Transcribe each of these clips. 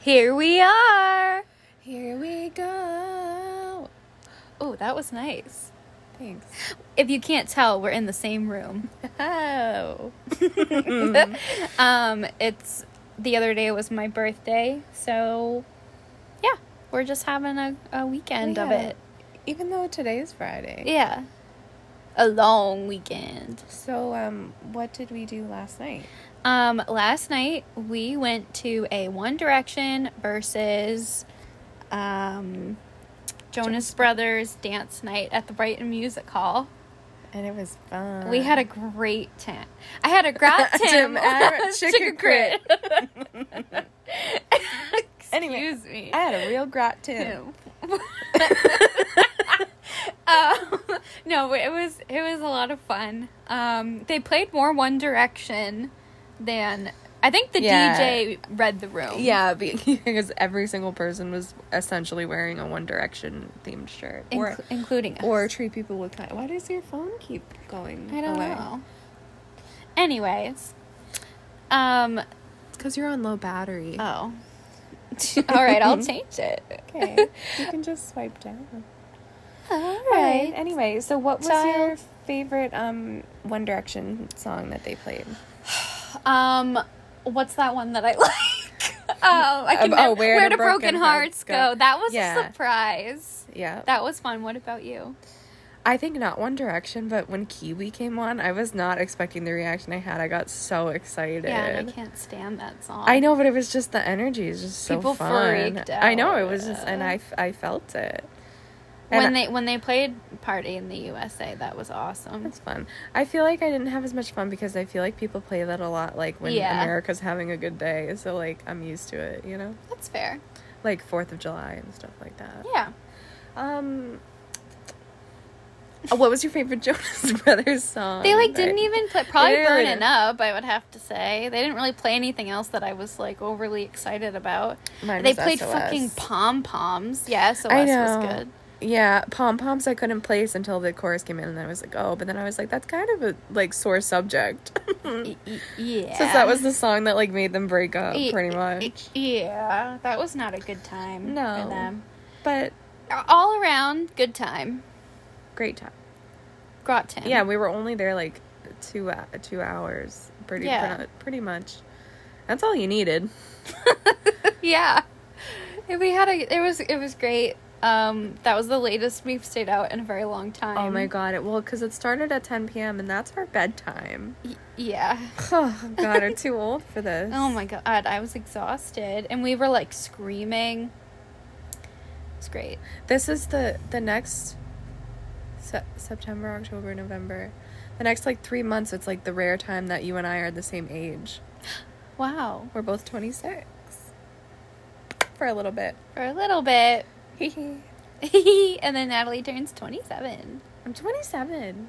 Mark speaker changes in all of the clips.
Speaker 1: Here we are.
Speaker 2: Here we go.
Speaker 1: Oh, that was nice.
Speaker 2: Thanks.
Speaker 1: If you can't tell, we're in the same room.
Speaker 2: Oh.
Speaker 1: Um, it's the other day was my birthday, so yeah, we're just having a, a weekend of
Speaker 2: Yeah.
Speaker 1: it.
Speaker 2: Even though today is Friday.
Speaker 1: Yeah. A long weekend.
Speaker 2: So, um, what did we do last night?
Speaker 1: Um, last night we went to a One Direction versus um, Jonas Brothers dance night at the Brighton Music Hall.
Speaker 2: And it was fun.
Speaker 1: We had a great tent. I had a grab
Speaker 2: Um, Tim
Speaker 1: tent
Speaker 2: at Chicka Crit. Anyway,
Speaker 1: Excuse me.
Speaker 2: I had a real grat too.
Speaker 1: um, no, it was it was a lot of fun. Um, they played more One Direction than I think the
Speaker 2: Yeah.
Speaker 1: DJ read the room.
Speaker 2: Yeah, be- because every single person was essentially wearing a One Direction themed shirt, or
Speaker 1: Inclu- including us.
Speaker 2: or treat people with kind. Why does your phone keep going?
Speaker 1: I don't know. Anyways, um,
Speaker 2: Because you're on low battery.
Speaker 1: oh, all right, I'll change it.
Speaker 2: okay, you can just swipe down.
Speaker 1: All
Speaker 2: All right.
Speaker 1: right.
Speaker 2: Anyway, so what was your
Speaker 1: Child.
Speaker 2: favorite um One Direction song that they played?
Speaker 1: Um, what's that one that I like? um, I can
Speaker 2: Oh,
Speaker 1: never-
Speaker 2: Where
Speaker 1: Do
Speaker 2: Do Broken
Speaker 1: broken,
Speaker 2: Hearts
Speaker 1: hearts go?
Speaker 2: Go.
Speaker 1: That was
Speaker 2: Yeah.
Speaker 1: a surprise.
Speaker 2: Yeah,
Speaker 1: That was fun. What about you?
Speaker 2: I think not One Direction, but when Kiwi came on, I was not expecting the reaction I had. I got so excited.
Speaker 1: Yeah, and I can't stand that song.
Speaker 2: I know, but it was just the energy is just so
Speaker 1: People
Speaker 2: fun.
Speaker 1: freaked
Speaker 2: I know it
Speaker 1: out.
Speaker 2: was just, and I, f- I felt it.
Speaker 1: When
Speaker 2: And
Speaker 1: they when they played Party in the USA, that was awesome.
Speaker 2: It's fun. I feel like I didn't have as much fun because I feel like people play that a lot, like when
Speaker 1: Yeah.
Speaker 2: America's having a good day. So like I'm used to it, you know,
Speaker 1: That's fair.
Speaker 2: like Fourth of July and stuff like that.
Speaker 1: Yeah.
Speaker 2: Um, uh, what was your favorite Jonas Brothers song?
Speaker 1: They like
Speaker 2: that-
Speaker 1: didn't even play probably
Speaker 2: They didn't-
Speaker 1: burning up. I would have to say they didn't really play anything else that I was like overly excited about.
Speaker 2: Mine
Speaker 1: they
Speaker 2: was
Speaker 1: played
Speaker 2: SOS.
Speaker 1: fucking pom poms. Yeah, SOS
Speaker 2: I know.
Speaker 1: was good.
Speaker 2: Yeah, pom poms I couldn't place until the chorus came in, and then I was like, oh, but then I was like, that's kind of a like sore subject.
Speaker 1: Y- y- yeah,
Speaker 2: Since that was the song that like made them break up,
Speaker 1: Y-
Speaker 2: Oh, pretty much.
Speaker 1: Yeah, that was not a good time.
Speaker 2: No.
Speaker 1: for them.
Speaker 2: but
Speaker 1: All around good time.
Speaker 2: great time.
Speaker 1: Groton.
Speaker 2: Yeah, we were only there like two uh, two hours, pretty
Speaker 1: Yeah.
Speaker 2: pretty, pretty much. That's all you needed.
Speaker 1: yeah And we had a it was it was great um that was the latest we've stayed out in a very long time
Speaker 2: Oh my god! It well because it started at 10 p.m. and that's our bedtime.
Speaker 1: Y- yeah
Speaker 2: Oh god, we're too old for this.
Speaker 1: oh my god i was exhausted and we were like screaming it's great
Speaker 2: This is the the next se- September, October, November. The next like three months, it's like the rare time that you and I are the same age.
Speaker 1: wow
Speaker 2: We're both twenty six for a little bit.
Speaker 1: for a little bit
Speaker 2: I'm
Speaker 1: and then natalie turns 27
Speaker 2: twenty seven.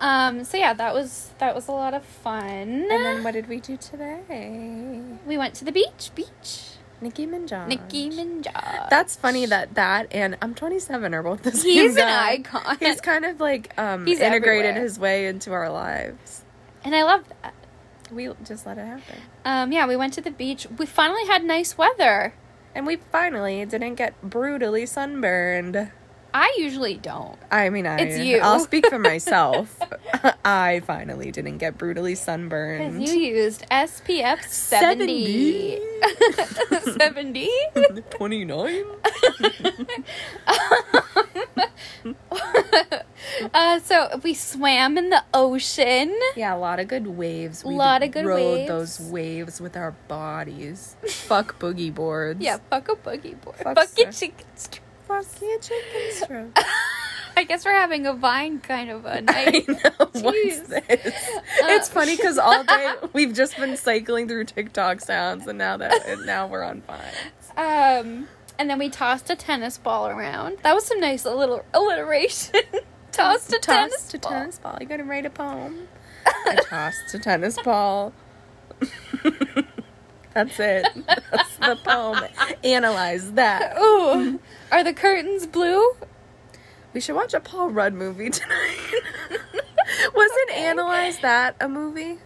Speaker 1: um so yeah that was that was a lot of fun
Speaker 2: And then what did we do today?
Speaker 1: we went to the beach beach
Speaker 2: Nicki Minaj.
Speaker 1: nicki minaj
Speaker 2: That's funny that that and I'm 27 are both the same.
Speaker 1: he's an
Speaker 2: guy.
Speaker 1: icon
Speaker 2: He's kind of like um,
Speaker 1: He's
Speaker 2: integrated
Speaker 1: everywhere.
Speaker 2: his way into our lives.
Speaker 1: and i love that
Speaker 2: We just let it happen.
Speaker 1: Um, yeah, we went to the beach. We finally had nice weather.
Speaker 2: And we finally didn't get brutally sunburned.
Speaker 1: I usually don't.
Speaker 2: I mean, I,
Speaker 1: It's you.
Speaker 2: I'll speak for myself. I finally didn't get brutally
Speaker 1: Because
Speaker 2: sunburned.
Speaker 1: you used SPF 70. 70?
Speaker 2: 29?
Speaker 1: uh, so we swam in the ocean.
Speaker 2: Yeah, a lot of good waves. We
Speaker 1: Lot of good
Speaker 2: rode
Speaker 1: waves.
Speaker 2: those waves with our bodies. Fuck boogie boards.
Speaker 1: Yeah, fuck a boogie board.
Speaker 2: Fuck
Speaker 1: Fuck a
Speaker 2: sir.
Speaker 1: chicken strip.
Speaker 2: Fuck your chicken strip.
Speaker 1: I guess we're having a vine kind of a
Speaker 2: I
Speaker 1: night.
Speaker 2: know. What's
Speaker 1: Jeez. Uh,
Speaker 2: this? it's funny because all day we've just been cycling through TikTok sounds, and now that and now we're on fire.
Speaker 1: um, and then we tossed a tennis ball around. That was some nice little alliteration. tossed a tennis
Speaker 2: tossed a
Speaker 1: ball.
Speaker 2: tennis ball. You gotta write a poem. I tossed a tennis ball. That's it. That's the poem. Analyze that.
Speaker 1: Ooh, are the curtains blue?
Speaker 2: We should watch a Paul Rudd movie tonight. Wasn't
Speaker 1: Okay.
Speaker 2: Analyze That a movie?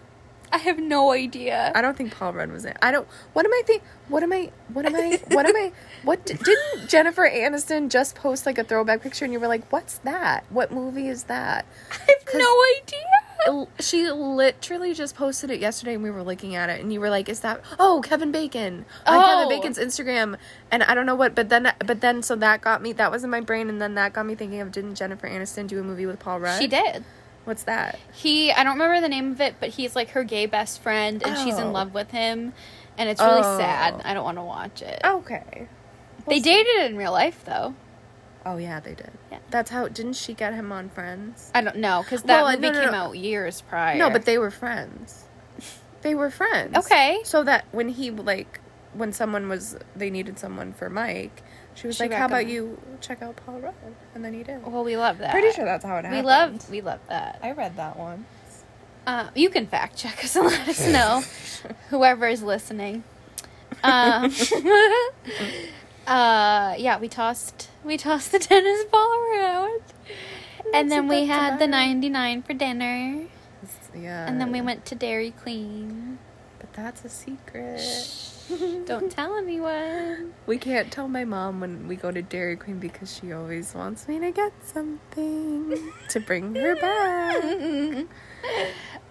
Speaker 1: I have no idea.
Speaker 2: I don't think Paul Rudd was in. I don't. What am I think? What am I? What am I? What am I? What di- didn't Jennifer Aniston just post like a throwback picture, and you were like, "What's that? What movie is that?"
Speaker 1: I have no idea.
Speaker 2: L- She literally just posted it yesterday, and we were looking at it, and you were like, "Is that? Oh, Kevin Bacon on
Speaker 1: Oh.
Speaker 2: Kevin Bacon's Instagram." And I don't know what, but then, but then, so that got me. That was in my brain, and then that got me thinking of didn't Jennifer Aniston do a movie with Paul Rudd?
Speaker 1: She did.
Speaker 2: What's that?
Speaker 1: He, I don't remember the name of it, but he's like her gay best friend, and she's
Speaker 2: Oh.
Speaker 1: in love with him, and it's really
Speaker 2: Oh.
Speaker 1: sad. I don't want to watch it.
Speaker 2: Okay.
Speaker 1: Oh. they dated in real life though.
Speaker 2: Oh yeah, they did.
Speaker 1: Yeah.
Speaker 2: That's how. Didn't she get him on Friends?
Speaker 1: I don't know because that
Speaker 2: Well,
Speaker 1: movie
Speaker 2: no, no,
Speaker 1: came
Speaker 2: no.
Speaker 1: out years prior.
Speaker 2: No, but they were friends. They were friends.
Speaker 1: Okay.
Speaker 2: So that when he like when someone was they needed someone for Mike, she was
Speaker 1: She
Speaker 2: like, "How about
Speaker 1: recommend-
Speaker 2: you check out Paul Rudd?" And then he did.
Speaker 1: well, we love that.
Speaker 2: Pretty sure that's how it
Speaker 1: we
Speaker 2: happened.
Speaker 1: love we love that.
Speaker 2: I read that one.
Speaker 1: Uh, you can fact check us and let us know, whoever is listening. Um, uh, yeah, we tossed we tossed the tennis ball around, and
Speaker 2: That's
Speaker 1: then
Speaker 2: what
Speaker 1: we
Speaker 2: that's
Speaker 1: had the
Speaker 2: about.
Speaker 1: ninety nine for dinner.
Speaker 2: Yeah.
Speaker 1: And then we went to Dairy Queen.
Speaker 2: But that's a secret.
Speaker 1: Don't tell anyone.
Speaker 2: We can't tell my mom when we go to Dairy Queen because she always wants me to get something to bring her back.
Speaker 1: um,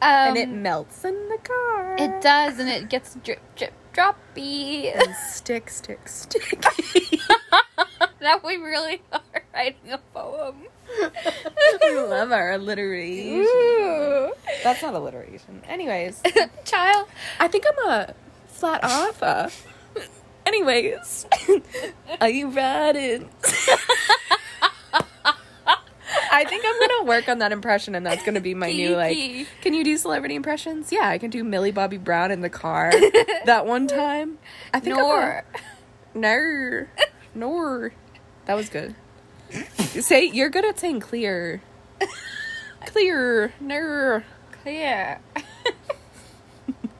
Speaker 2: and it melts in the car.
Speaker 1: it does, and it gets drip, drip, droppy.
Speaker 2: And stick, stick, sticky.
Speaker 1: that we really are writing a poem.
Speaker 2: we love our alliteration.
Speaker 1: Ooh.
Speaker 2: That's not alliteration. Anyways,
Speaker 1: Child.
Speaker 2: I think I'm a flat offer. Anyways, are you riding? I think I'm gonna work on that impression, and that's gonna be my new like.
Speaker 1: Geeky.
Speaker 2: Can you do celebrity impressions? Yeah, I can do Millie Bobby Brown in the car that one time. I think I'm gonna-
Speaker 1: Nor.
Speaker 2: Nar. Nor. That was good. Say you're good at saying clear. Clear. Nar.
Speaker 1: Yeah.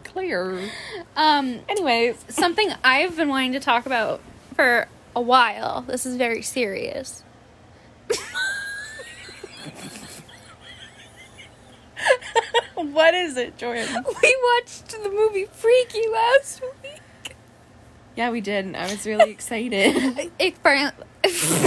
Speaker 2: Clear.
Speaker 1: Um,
Speaker 2: Anyways.
Speaker 1: something I've been wanting to talk about for a while. This is very serious.
Speaker 2: What is it, Jordan?
Speaker 1: We watched the movie Freaky last week.
Speaker 2: Yeah, we did. and I was really excited.
Speaker 1: It finally.
Speaker 2: it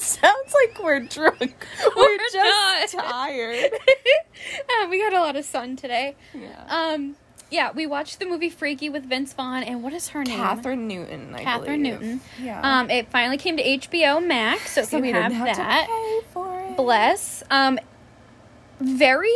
Speaker 2: sounds like we're drunk. We're,
Speaker 1: We're
Speaker 2: just
Speaker 1: not.
Speaker 2: tired.
Speaker 1: Uh, we got a lot of sun today.
Speaker 2: Yeah.
Speaker 1: Um, yeah, we watched the movie Freaky with Vince Vaughn, and what is her name?
Speaker 2: Catherine Newton, I
Speaker 1: Catherine
Speaker 2: believe.
Speaker 1: Newton.
Speaker 2: Yeah.
Speaker 1: Um, it finally came to HBO Max, so if
Speaker 2: so
Speaker 1: you
Speaker 2: we
Speaker 1: have,
Speaker 2: didn't have
Speaker 1: that,
Speaker 2: to pay for it.
Speaker 1: bless. Um, very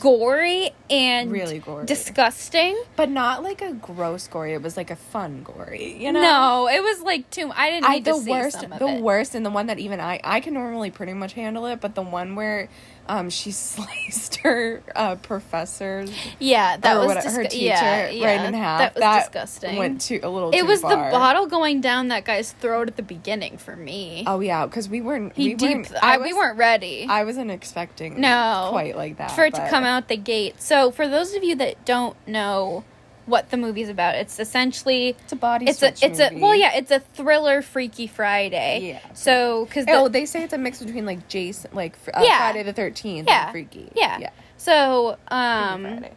Speaker 1: gory and
Speaker 2: Really gory.
Speaker 1: disgusting.
Speaker 2: But not like a gross gory. It was like a fun gory. You know.
Speaker 1: No, it was like too. I didn't. Need
Speaker 2: uh, I the
Speaker 1: to see
Speaker 2: worst,
Speaker 1: some of
Speaker 2: the
Speaker 1: it.
Speaker 2: worst, and the one that even I I can normally pretty much handle it, but the one where, um, she sliced her uh, professor
Speaker 1: Yeah, that
Speaker 2: or
Speaker 1: was
Speaker 2: Oh, what, her
Speaker 1: disgu-
Speaker 2: teacher
Speaker 1: yeah,
Speaker 2: right
Speaker 1: yeah,
Speaker 2: in half.
Speaker 1: That was disgusting.
Speaker 2: Went to a little.
Speaker 1: it
Speaker 2: too
Speaker 1: was the
Speaker 2: far.
Speaker 1: bottle going down that guy's throat at the beginning for me.
Speaker 2: Oh yeah, because we weren't.
Speaker 1: he
Speaker 2: we
Speaker 1: deep.
Speaker 2: Weren't,
Speaker 1: I,
Speaker 2: was,
Speaker 1: we weren't ready.
Speaker 2: I wasn't expecting.
Speaker 1: No.
Speaker 2: Quite like that
Speaker 1: for it to
Speaker 2: but-
Speaker 1: come out the gate. So, for those of you that don't know what the movie's about, it's essentially
Speaker 2: It's a body.
Speaker 1: it's a
Speaker 2: switch
Speaker 1: it's a
Speaker 2: movie.
Speaker 1: well, yeah, it's a thriller, Freaky Friday.
Speaker 2: Yeah.
Speaker 1: So, because
Speaker 2: Oh, they say it's a mix between like Jason, like fr- uh,
Speaker 1: Yeah.
Speaker 2: Friday the Thirteenth,
Speaker 1: yeah,
Speaker 2: and Freaky.
Speaker 1: yeah,
Speaker 2: yeah.
Speaker 1: So,
Speaker 2: Freaky
Speaker 1: um,
Speaker 2: Friday.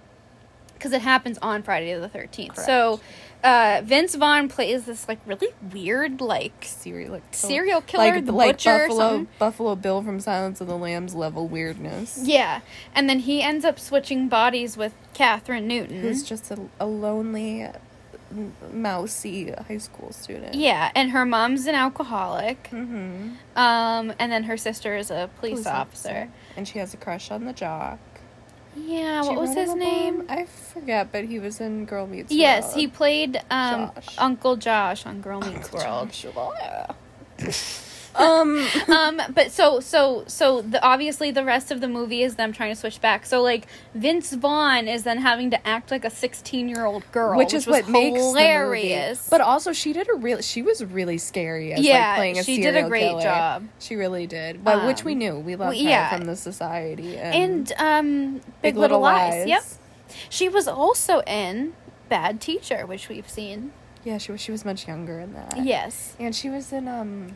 Speaker 1: because it happens on Friday the Thirteenth. So, uh, Vince Vaughn plays this like really weird like
Speaker 2: serial like, kill-
Speaker 1: serial killer, the butcher, or
Speaker 2: Buffalo,
Speaker 1: something.
Speaker 2: Buffalo Bill from Silence of the Lambs level weirdness.
Speaker 1: Yeah, and then he ends up switching bodies with Catherine Newton.
Speaker 2: Who's just a, a lonely, m- mousy high school student.
Speaker 1: yeah, and her mom's an alcoholic.
Speaker 2: Mm-hmm.
Speaker 1: Um, and then her sister is a police, officer.
Speaker 2: And she has a crush on the jock.
Speaker 1: Yeah,
Speaker 2: Do
Speaker 1: what
Speaker 2: you
Speaker 1: was his
Speaker 2: remember
Speaker 1: name?
Speaker 2: him? I forget, but he was in Girl Meets
Speaker 1: Yes, he
Speaker 2: World.
Speaker 1: played um,
Speaker 2: Josh.
Speaker 1: Uncle Josh on Girl Meets World.
Speaker 2: Joshua. um,
Speaker 1: um, but so so so the obviously the rest of the movie is them trying to switch back. So like Vince Vaughn is then having to act like a sixteen year old girl,
Speaker 2: which is what makes the movie.
Speaker 1: hilarious.
Speaker 2: But also, she did a real. She was really scary. As,
Speaker 1: Yeah,
Speaker 2: like, playing a
Speaker 1: she did a
Speaker 2: serial
Speaker 1: great
Speaker 2: killer.
Speaker 1: job.
Speaker 2: She really did. But which
Speaker 1: Um,
Speaker 2: we knew. We loved
Speaker 1: we- yeah.
Speaker 2: her from the society and,
Speaker 1: and um, Big, Little, Lies. Yep, she was also in Bad Teacher, which we've seen.
Speaker 2: Yeah, she was. She was much younger in that.
Speaker 1: Yes,
Speaker 2: and she was in um.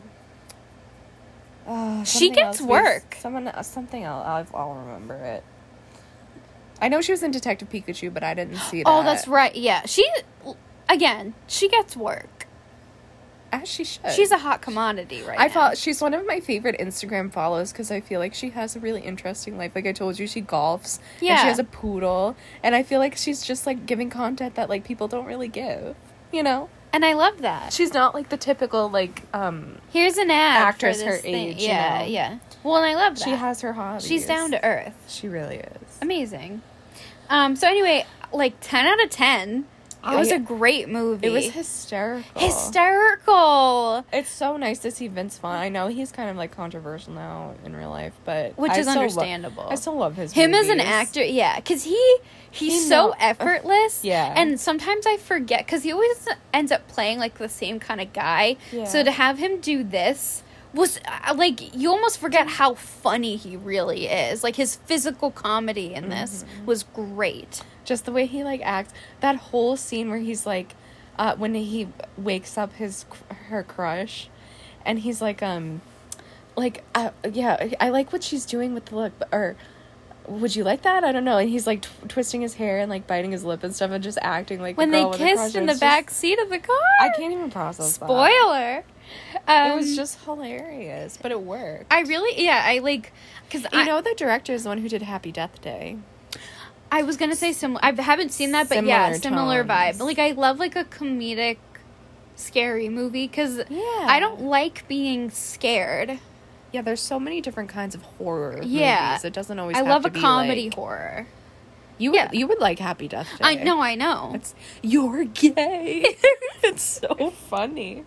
Speaker 2: Uh,
Speaker 1: She
Speaker 2: something
Speaker 1: gets
Speaker 2: else we-
Speaker 1: work.
Speaker 2: uh, Someone, uh, something else. I'll, I'll remember it. I know she was in Detective Pikachu, but I didn't see that.
Speaker 1: Oh, that's right. Yeah, she again. She gets work.
Speaker 2: As she should.
Speaker 1: She's a hot commodity right
Speaker 2: I
Speaker 1: now.
Speaker 2: follow, she's one of my favorite Instagram follows because I feel like she has a really interesting life. Like I told you, she golfs. And
Speaker 1: Yeah.
Speaker 2: she has a poodle, and I feel like she's just like giving content that like people don't really give. You know,
Speaker 1: and I love that.
Speaker 2: she's not like the typical like um.
Speaker 1: Here's an ad for
Speaker 2: Actress her
Speaker 1: this thing.
Speaker 2: age, you
Speaker 1: Yeah,
Speaker 2: know.
Speaker 1: yeah. Well, and I love that.
Speaker 2: She has her hobbies.
Speaker 1: She's down to earth.
Speaker 2: She really is.
Speaker 1: Amazing. Um. So anyway, like ten out of ten. It was
Speaker 2: I-
Speaker 1: a great movie.
Speaker 2: It was hysterical.
Speaker 1: hysterical.
Speaker 2: It's so nice to see Vince Vaughn. I know he's kind of like controversial now in real life, but
Speaker 1: Which
Speaker 2: I
Speaker 1: is
Speaker 2: still lo-
Speaker 1: understandable.
Speaker 2: I still love his
Speaker 1: him as an
Speaker 2: movies.
Speaker 1: actor yeah because he he's
Speaker 2: He
Speaker 1: so
Speaker 2: know-
Speaker 1: effortless
Speaker 2: Yeah.
Speaker 1: and sometimes i forget because he always ends up playing like the same kind of guy
Speaker 2: Yeah.
Speaker 1: so to have him do this was uh, like you almost forget how funny he really is like his physical comedy in this
Speaker 2: Mm-hmm.
Speaker 1: was great
Speaker 2: Just the way he like acts. That whole scene where he's like, uh, when he wakes up his cr- her crush, and he's like, um, like, uh, yeah, I like what she's doing with the look, or would you like that? I don't know. And he's like tw- twisting his hair and like biting his lip and stuff, and just acting like the
Speaker 1: when they
Speaker 2: girl with the crush.
Speaker 1: kissed in the
Speaker 2: It's just-
Speaker 1: back seat of the car
Speaker 2: I can't even process. that.
Speaker 1: spoiler um,
Speaker 2: It was just hilarious, but it worked.
Speaker 1: i really yeah i like because
Speaker 2: You
Speaker 1: i
Speaker 2: know the director is the one who did Happy Death Day.
Speaker 1: I was gonna say similar. I haven't seen that, but yeah,
Speaker 2: Similar
Speaker 1: similar vibe.
Speaker 2: tones.
Speaker 1: Like I love like a comedic, scary movie because
Speaker 2: Yeah.
Speaker 1: I don't like being scared.
Speaker 2: Yeah, there's so many different kinds of horror
Speaker 1: Yeah.
Speaker 2: movies. It doesn't always.
Speaker 1: I
Speaker 2: have
Speaker 1: love
Speaker 2: to
Speaker 1: a
Speaker 2: be,
Speaker 1: comedy
Speaker 2: like-
Speaker 1: horror.
Speaker 2: you would,
Speaker 1: yeah.
Speaker 2: you would like Happy Death Day.
Speaker 1: I know, I know.
Speaker 2: It's you're gay. it's so funny.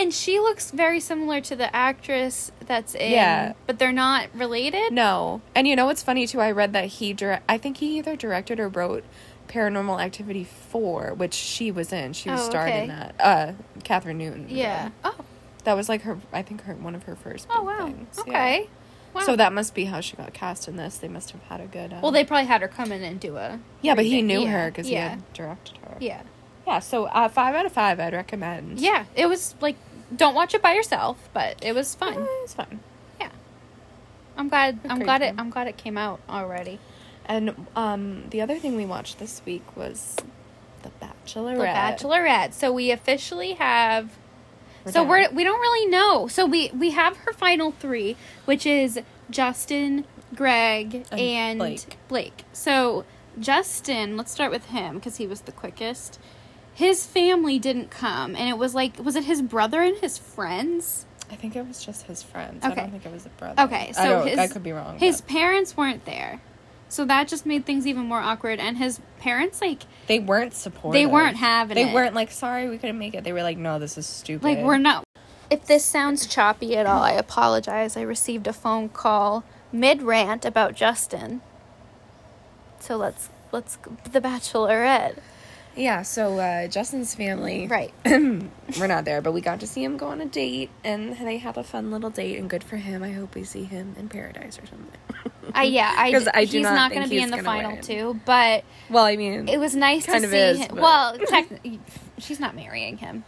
Speaker 1: and she looks very similar to the actress that's in.
Speaker 2: Yeah.
Speaker 1: but they're not related.
Speaker 2: No, and you know what's funny too? I read that he direct. I think he either directed or wrote Paranormal Activity four, which she was in. She was
Speaker 1: Oh,
Speaker 2: starred
Speaker 1: okay.
Speaker 2: in that. Uh, Catherine Newton.
Speaker 1: Yeah. Oh.
Speaker 2: that was like her. I think her one of her first.
Speaker 1: Oh
Speaker 2: big
Speaker 1: wow.
Speaker 2: things. Yeah.
Speaker 1: Okay. Wow.
Speaker 2: So that must be how she got cast in this. They must have had a good. Um,
Speaker 1: well, they probably had her come in and do a.
Speaker 2: Yeah, but he
Speaker 1: reading.
Speaker 2: knew
Speaker 1: Yeah,
Speaker 2: her because
Speaker 1: yeah.
Speaker 2: he had directed her.
Speaker 1: Yeah.
Speaker 2: Yeah, so uh, five out of five, I'd recommend.
Speaker 1: Yeah. It was like, don't watch it by yourself, but it was
Speaker 2: Eh,
Speaker 1: fun.
Speaker 2: it's fun.
Speaker 1: I'm glad. I'm
Speaker 2: Great
Speaker 1: glad it.
Speaker 2: film.
Speaker 1: I'm glad it came out already.
Speaker 2: And um, the other thing we watched this week was The Bachelorette.
Speaker 1: The Bachelorette. So we officially have.
Speaker 2: We're
Speaker 1: so
Speaker 2: done.
Speaker 1: we're we don't really know. So we we have her final three, which is Justin, Greg,
Speaker 2: And
Speaker 1: and,
Speaker 2: Blake.
Speaker 1: Blake. So Justin, let's start with him because he was the quickest. His family didn't come, and it was like was it his brother and his friends?
Speaker 2: I think it was just his friends. I
Speaker 1: Okay.
Speaker 2: don't think it was a brother.
Speaker 1: Okay, so
Speaker 2: I, don't-
Speaker 1: his
Speaker 2: I could be wrong.
Speaker 1: His
Speaker 2: but
Speaker 1: parents weren't there, so that just made things even more awkward. And his parents like
Speaker 2: they weren't supportive.
Speaker 1: they weren't having
Speaker 2: They
Speaker 1: it.
Speaker 2: weren't like sorry we couldn't make it. They were like no this is stupid.
Speaker 1: Like we're not. If this sounds choppy at all, I apologize. I received a phone call mid rant about Justin. So let's let's the Bachelorette.
Speaker 2: Yeah, so uh, Justin's family.
Speaker 1: Right.
Speaker 2: we're not there, but we got to see him go on a date, and they had a fun little date, and good for him. I hope we see him in paradise or something.
Speaker 1: I yeah. I,
Speaker 2: 'Cause I do
Speaker 1: he's
Speaker 2: not
Speaker 1: not,
Speaker 2: think
Speaker 1: going to be
Speaker 2: he's
Speaker 1: in the
Speaker 2: gonna
Speaker 1: final
Speaker 2: win.
Speaker 1: two, but
Speaker 2: Well, I mean,
Speaker 1: it was nice
Speaker 2: Kind
Speaker 1: to
Speaker 2: of
Speaker 1: see
Speaker 2: is,
Speaker 1: him.
Speaker 2: but-
Speaker 1: Well, technically, she's not marrying him.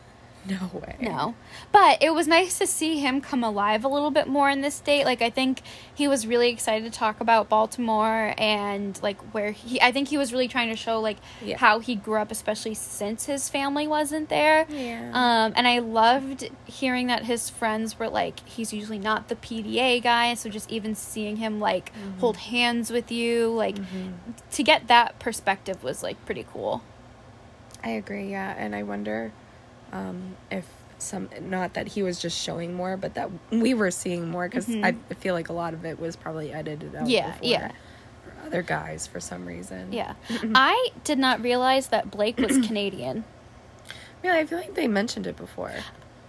Speaker 2: no way.
Speaker 1: No. But it was nice to see him come alive a little bit more in this date. Like I think he was really excited to talk about Baltimore and like where he I think he was really trying to show like
Speaker 2: Yeah.
Speaker 1: how he grew up especially since his family wasn't there.
Speaker 2: Yeah.
Speaker 1: Um and I loved hearing that his friends were like he's usually not the PDA guy, so just even seeing him like
Speaker 2: Mm-hmm.
Speaker 1: hold hands with you like to get that perspective was like pretty cool.
Speaker 2: I agree. Yeah, and I wonder um, if some not that he was just showing more, but that we were seeing more because I feel like a lot of it was probably edited out.
Speaker 1: Mm-hmm. Yeah,
Speaker 2: before
Speaker 1: yeah.
Speaker 2: for Other guys for some reason.
Speaker 1: Yeah. I did not realize that Blake was Canadian.
Speaker 2: Really, I feel like they mentioned it before.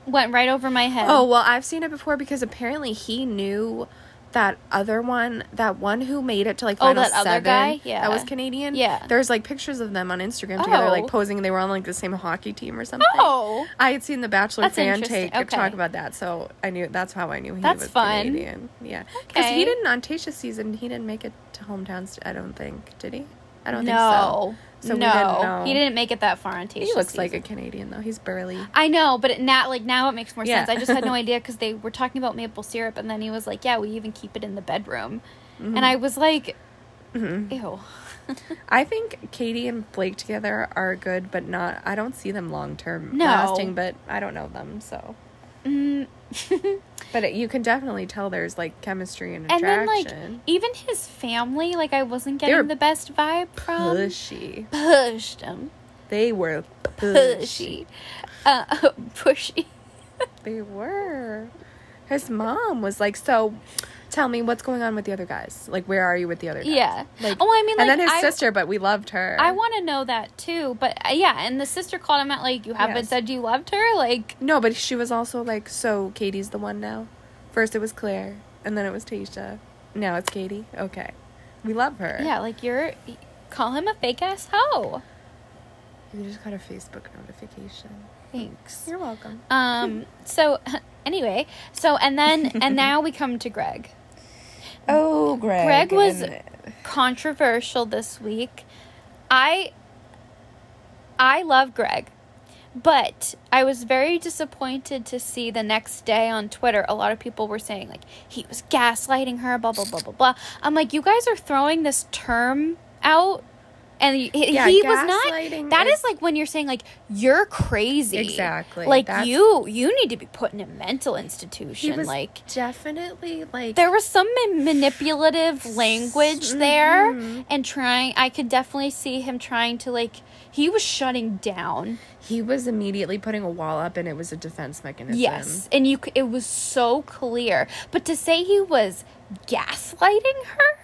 Speaker 1: went right over my head.
Speaker 2: Oh well, I've seen it before because apparently he knew that other one, that one who made it to like
Speaker 1: Oh,
Speaker 2: final
Speaker 1: that other
Speaker 2: seven,
Speaker 1: guy?
Speaker 2: that was
Speaker 1: Yeah.
Speaker 2: Canadian.
Speaker 1: Yeah.
Speaker 2: there's like pictures of them on Instagram together,
Speaker 1: Oh.
Speaker 2: like posing. and They were on like the same hockey team or something.
Speaker 1: Oh.
Speaker 2: I had seen the Bachelor
Speaker 1: That's
Speaker 2: fan
Speaker 1: interesting.
Speaker 2: take a talk
Speaker 1: Okay.
Speaker 2: about that, so I knew that's how I knew he
Speaker 1: That's
Speaker 2: was
Speaker 1: fun.
Speaker 2: Canadian. Yeah, because he
Speaker 1: Okay.
Speaker 2: didn't on Tasha's season. He didn't make it to hometowns. I don't think. Did he? I don't
Speaker 1: no.
Speaker 2: think so.
Speaker 1: no.
Speaker 2: So we didn't know.
Speaker 1: He didn't make it that far on Tasha.
Speaker 2: He looks like a Canadian though. He's burly.
Speaker 1: I know, but it now like now it makes more
Speaker 2: Yeah.
Speaker 1: sense. I just had no idea because they were talking about maple syrup, and
Speaker 2: Mm-hmm.
Speaker 1: then he was like, "Yeah, we even keep it in the bedroom," and I was like, "Ew."
Speaker 2: I think Katie and Blake together are good, but not. I don't see them long term
Speaker 1: No.
Speaker 2: lasting, but I don't know them so.
Speaker 1: Mm.
Speaker 2: But it, you can definitely tell there's like chemistry and
Speaker 1: and then
Speaker 2: attraction.
Speaker 1: like even his family, like I wasn't
Speaker 2: were
Speaker 1: getting the best vibe from.
Speaker 2: pushy.
Speaker 1: Pushed him.
Speaker 2: They were
Speaker 1: Pushy.
Speaker 2: pushy.
Speaker 1: Uh, pushy.
Speaker 2: They were. His mom was like, "So, tell me what's going on with the other guys. Like, where are you with the other guys?"
Speaker 1: Yeah.
Speaker 2: Like,
Speaker 1: oh, I mean, like
Speaker 2: and then his
Speaker 1: I,
Speaker 2: sister, but we loved her.
Speaker 1: I want to know that too, but uh, yeah, and the sister called him out like, "You haven't
Speaker 2: Yes.
Speaker 1: said you loved her." Like,
Speaker 2: No, but she was also like, so Katie's the one now. First it was Claire, and then it was Tasha. Now it's Katie. Okay, we love her.
Speaker 1: yeah, like you're call him a fake ass hoe.
Speaker 2: You just got a Facebook notification.
Speaker 1: Thanks.
Speaker 2: You're welcome.
Speaker 1: Um. So anyway, so and then and now we come to Greg.
Speaker 2: Oh,
Speaker 1: Greg was controversial this week. I I love Greg, but I was very disappointed to see the next day on Twitter a lot of people were saying like he was gaslighting her, blah blah blah blah blah. I'm like, you guys are throwing this term out. And he, he-
Speaker 2: Yeah,
Speaker 1: he was not.
Speaker 2: gaslighting
Speaker 1: That
Speaker 2: is-
Speaker 1: is like when you're saying like you're crazy.
Speaker 2: Exactly,
Speaker 1: Like
Speaker 2: that's-
Speaker 1: you, you need to be put in a mental institution.
Speaker 2: He was
Speaker 1: like
Speaker 2: like definitely like
Speaker 1: there was some ma- manipulative language there
Speaker 2: mm-hmm.
Speaker 1: and trying i could definitely see him trying to like he was shutting down
Speaker 2: he was immediately putting a wall up, and it was a defense mechanism.
Speaker 1: yes and you c- it was so clear but to say he was gaslighting her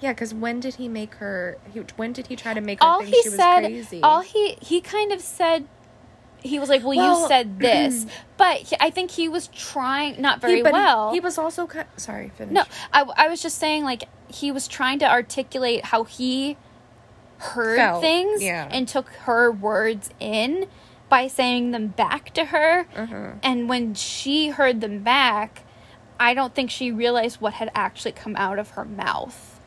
Speaker 2: Yeah, because when did he make her? He, when did he try to make her
Speaker 1: all
Speaker 2: think
Speaker 1: he
Speaker 2: she was
Speaker 1: said
Speaker 2: crazy?
Speaker 1: all he he kind of said he was like well, you
Speaker 2: Well,
Speaker 1: said this but he, i think he was trying not very
Speaker 2: He- but he-
Speaker 1: well
Speaker 2: He, was also ki sorry. Finish.
Speaker 1: No, I, I was just saying, like, he was trying to articulate how he heard
Speaker 2: Felt,
Speaker 1: things
Speaker 2: yeah.
Speaker 1: and took her words in by saying them back to her.
Speaker 2: Uh-huh.
Speaker 1: And when she heard them back, I don't think she realized what had actually come out of her mouth.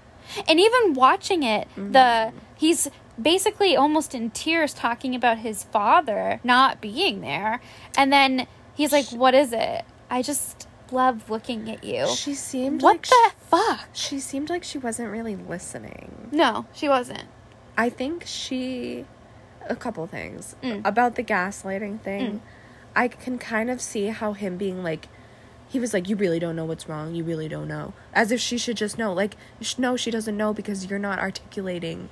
Speaker 1: And even watching it,
Speaker 2: Mm-hmm.
Speaker 1: the he's basically almost in tears talking about his father not being there. And then he's like, "What is it? I just love looking at you."
Speaker 2: She seemed
Speaker 1: What
Speaker 2: like she-
Speaker 1: the fuck?
Speaker 2: She seemed like she wasn't really listening.
Speaker 1: No, she wasn't.
Speaker 2: I think she. A couple things.
Speaker 1: Mm.
Speaker 2: About the gaslighting thing, I can kind of see how him being like. He was like, You really don't know what's wrong. You really don't know. As if she should just know. Like, sh- no, she doesn't know because you're not articulating.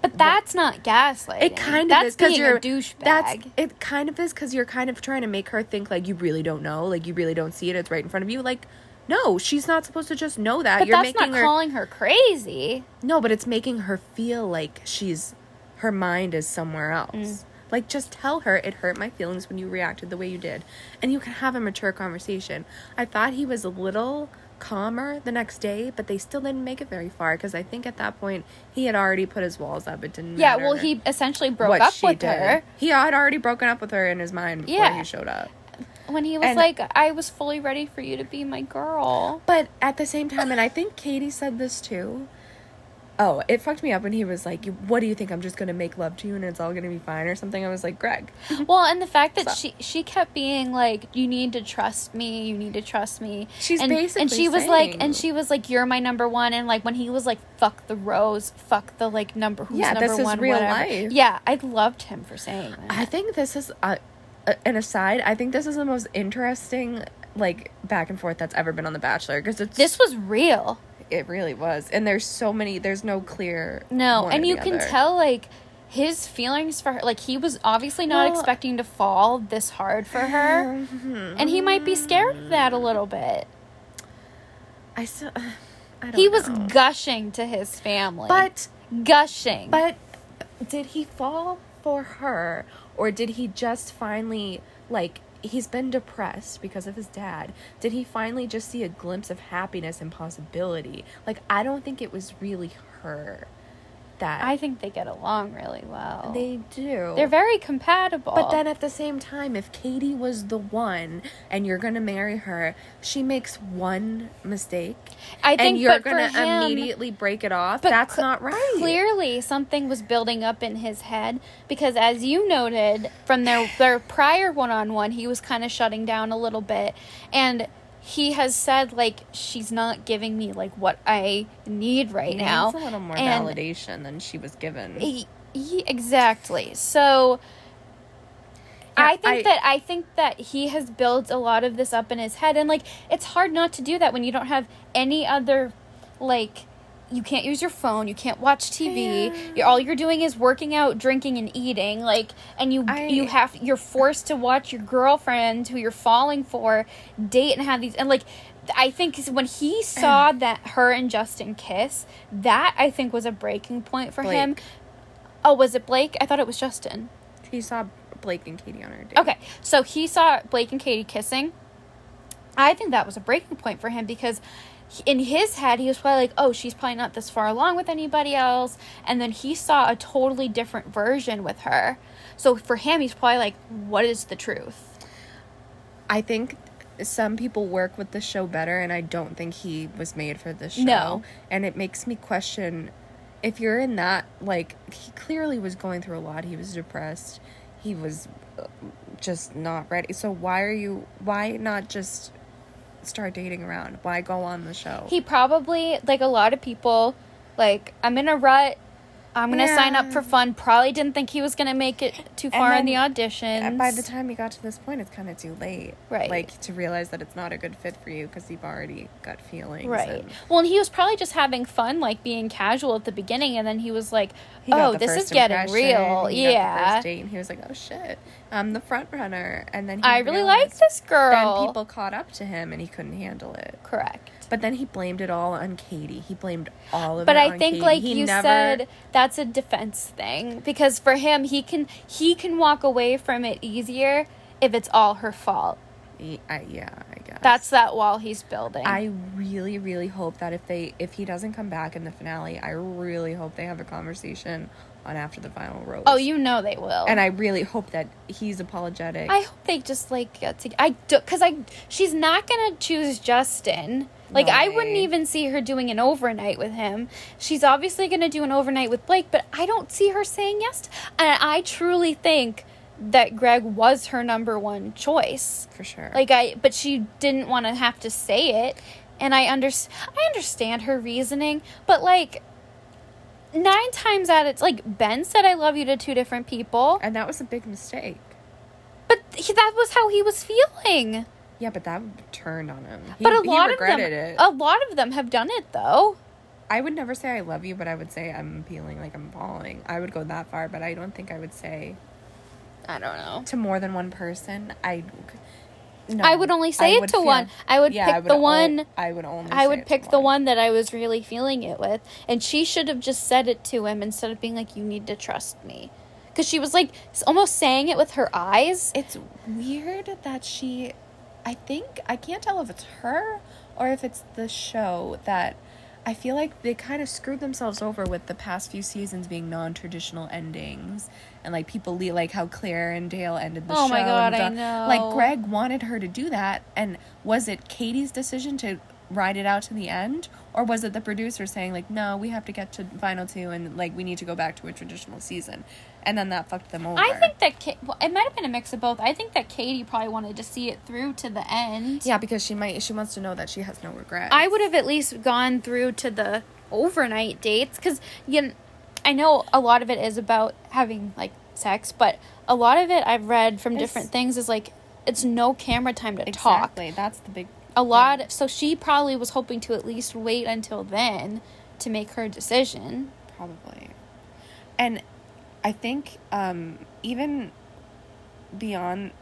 Speaker 1: But that's not gaslighting.
Speaker 2: It kind of
Speaker 1: that's
Speaker 2: is because
Speaker 1: being
Speaker 2: you're
Speaker 1: a douchebag.
Speaker 2: That's it. Kind of is because you're kind of trying to make her think like you really don't know, like you really don't see it. It's right in front of you. Like, no, she's not supposed to just know that.
Speaker 1: but
Speaker 2: you're
Speaker 1: that's
Speaker 2: making
Speaker 1: not
Speaker 2: her
Speaker 1: calling her crazy.
Speaker 2: No, but it's making her feel like she's her mind is somewhere else.
Speaker 1: Mm.
Speaker 2: Like just tell her it hurt my feelings when you reacted the way you did. And you can have a mature conversation. I thought he was a little calmer the next day, but they still didn't make it very far because I think at that point he had already put his walls up. It didn't
Speaker 1: Yeah,
Speaker 2: matter
Speaker 1: well, he essentially broke
Speaker 2: what
Speaker 1: up
Speaker 2: she
Speaker 1: with
Speaker 2: did.
Speaker 1: her
Speaker 2: He had already broken up with her in his mind before
Speaker 1: Yeah.
Speaker 2: he showed up.
Speaker 1: when he was
Speaker 2: And-
Speaker 1: like, "I was fully ready for you to be my girl."
Speaker 2: But at the same time, and I think Katie said this too. Oh, it fucked me up when he was like, "You- "What do you think? I'm just gonna make love to you and it's all gonna be fine or something." I was like, "Greg,
Speaker 1: Well, and the fact that
Speaker 2: So-
Speaker 1: she she kept being like, "You need to trust me. You need to trust me."
Speaker 2: She's
Speaker 1: and,
Speaker 2: basically
Speaker 1: and she was like,
Speaker 2: saying-
Speaker 1: and she was like, "You're my number one." And like when he was like, "Fuck the rose, fuck the like number who's
Speaker 2: Yeah,
Speaker 1: number
Speaker 2: this is
Speaker 1: one."
Speaker 2: real
Speaker 1: whatever.
Speaker 2: life.
Speaker 1: Yeah, I loved him for saying that.
Speaker 2: I think this is uh a, an aside. I think this is the most interesting like back and forth that's ever been on The Bachelor because it's
Speaker 1: this was real.
Speaker 2: it really was, and there's so many. There's no clear
Speaker 1: No,
Speaker 2: one or
Speaker 1: and
Speaker 2: the
Speaker 1: you can
Speaker 2: other.
Speaker 1: tell like his feelings for her. Like he was obviously not
Speaker 2: Well-
Speaker 1: expecting to fall this hard for her, and he might be scared of that a little bit.
Speaker 2: I still. I don't
Speaker 1: He was
Speaker 2: know.
Speaker 1: gushing to his family,
Speaker 2: but
Speaker 1: gushing.
Speaker 2: But did he fall for her or did he just finally like he's been depressed because of his dad? Did he finally just see a glimpse of happiness and possibility? Like I don't think it was really her that
Speaker 1: I think they get along really well.
Speaker 2: they do.
Speaker 1: They're very compatible.
Speaker 2: but then at the same time, if Katie was the one and you're gonna marry her, she makes one mistake
Speaker 1: I think
Speaker 2: and you're
Speaker 1: but for
Speaker 2: gonna
Speaker 1: him,
Speaker 2: immediately break it off.
Speaker 1: but
Speaker 2: That's
Speaker 1: cl-
Speaker 2: not right.
Speaker 1: Clearly, something was building up in his head because, as you noted from their their prior one on one, he was kind of shutting down a little bit, and he has said like she's not giving me like what I need right now.
Speaker 2: That's a little more
Speaker 1: And-
Speaker 2: validation than she was given.
Speaker 1: E- e- exactly. So I think
Speaker 2: I-
Speaker 1: that I think that he has built a lot of this up in his head and like it's hard not to do that when you don't have any other like you can't use your phone, you can't watch TV.
Speaker 2: Yeah.
Speaker 1: You're, all you're doing is working out, drinking and eating like and you
Speaker 2: I-
Speaker 1: you have you're forced to watch your girlfriend who you're falling for date and have these and like I think when he saw that her and Justin kiss, that I think was a breaking point for him
Speaker 2: Blake.
Speaker 1: Oh, was it Blake? I thought it was Justin.
Speaker 2: He saw Blake and Katie on her date.
Speaker 1: Okay, so he saw Blake and Katie kissing. I think that was a breaking point for him because he- in his head, he was probably like, oh, she's probably not this far along with anybody else. And then he saw a totally different version with her. So for him, he's probably like, what is the truth?
Speaker 2: I think some people work with the show better, and I don't think he was made for this show.
Speaker 1: No.
Speaker 2: And it makes me question if you're in that, like, he clearly was going through a lot. He was depressed. He was uh, just not ready. So, why are you, why not just start dating around? Why go on the show?
Speaker 1: He probably, like a lot of people, like, I'm in a rut. I'm going to sign up
Speaker 2: Yeah.
Speaker 1: for fun. Probably didn't think he was going to make it too
Speaker 2: And
Speaker 1: far in the
Speaker 2: then-
Speaker 1: auditions.
Speaker 2: And by the time he got to this point, it's kind of too late.
Speaker 1: Right.
Speaker 2: Like, to realize that it's not a good fit for you because you've already got feelings.
Speaker 1: Right.
Speaker 2: and-
Speaker 1: Well, and he was probably just having fun, like being casual at the beginning, and then he was like,
Speaker 2: He got
Speaker 1: "Oh,
Speaker 2: the
Speaker 1: this
Speaker 2: first
Speaker 1: is getting
Speaker 2: impression,
Speaker 1: real."
Speaker 2: he got the
Speaker 1: Yeah,
Speaker 2: first date, and he was like, "Oh shit, I'm the front runner." And then he
Speaker 1: I really like
Speaker 2: realized-
Speaker 1: this girl.
Speaker 2: Then people caught up to him, and he couldn't handle it.
Speaker 1: correct.
Speaker 2: But then he blamed it all on Katie. He blamed all of
Speaker 1: But
Speaker 2: it
Speaker 1: I
Speaker 2: on
Speaker 1: think,
Speaker 2: Katie.
Speaker 1: like
Speaker 2: He
Speaker 1: you
Speaker 2: never-
Speaker 1: said, that's a defense thing because for him, he can he can walk away from it easier if it's all her fault.
Speaker 2: He- I- yeah, I guess
Speaker 1: That's that wall he's building.
Speaker 2: I really, really hope that if they if he doesn't come back in the finale, I really hope they have a conversation on after the final rose.
Speaker 1: oh, you know they will.
Speaker 2: and I really hope that he's apologetic.
Speaker 1: I hope they just like get to. I do because I she's not gonna choose Justin. Like
Speaker 2: No
Speaker 1: I wouldn't
Speaker 2: way.
Speaker 1: even see her doing an overnight with him. She's obviously gonna do an overnight with Blake, but I don't see her saying yes. To, and I truly think that Greg was her number one choice.
Speaker 2: for sure.
Speaker 1: Like I, but she didn't want to have to say it, and I under I understand her reasoning, but like. Nine times out, it's like Ben said, "I love you" to two different people,
Speaker 2: and that was a big mistake.
Speaker 1: but he, that was how he was feeling.
Speaker 2: Yeah, but that turned on him. He,
Speaker 1: but a lot
Speaker 2: he
Speaker 1: of them, Oh.
Speaker 2: regretted it.
Speaker 1: a lot of them have done it though.
Speaker 2: I would never say I love you, but I would say I'm feeling like I'm falling. I would go that far, but I don't think I would say
Speaker 1: I don't know.
Speaker 2: to more than one person. I no,
Speaker 1: I would only say it to one. I would pick the
Speaker 2: o-
Speaker 1: one-
Speaker 2: I would only.
Speaker 1: I
Speaker 2: say
Speaker 1: would
Speaker 2: it to
Speaker 1: pick the one that I was really feeling it with, and she should have just said it to him instead of being like, "You need to trust me," because she was like s- almost saying it with her eyes.
Speaker 2: It's weird that she. I think I can't tell if it's her or if it's the show that. I feel like they kind of screwed themselves over with the past few seasons being non-traditional endings, and like people le- like how Claire and Dale ended the show.
Speaker 1: Oh my God,
Speaker 2: and
Speaker 1: I know.
Speaker 2: Like Greg wanted her to do that, and was it Katie's decision to ride it out to the end, or was it the producer saying like, "No, we have to get to final two, and like we need to go back to a traditional season," and then that fucked them over.
Speaker 1: I think that Ka- well, it might have been a mix of both. I think that Katie probably wanted to see it through to the end.
Speaker 2: Yeah, because she might she wants to know that she has no regrets.
Speaker 1: I would have at least gone through to the overnight dates because you kn- I know a lot of it is about having like sex, but a lot of it I've read from
Speaker 2: It's-
Speaker 1: different things is like it's no camera time to talk.
Speaker 2: exactly. That's the big
Speaker 1: A lot, so she probably was hoping to at least wait until then to make her decision.
Speaker 2: probably. And I think um, even beyond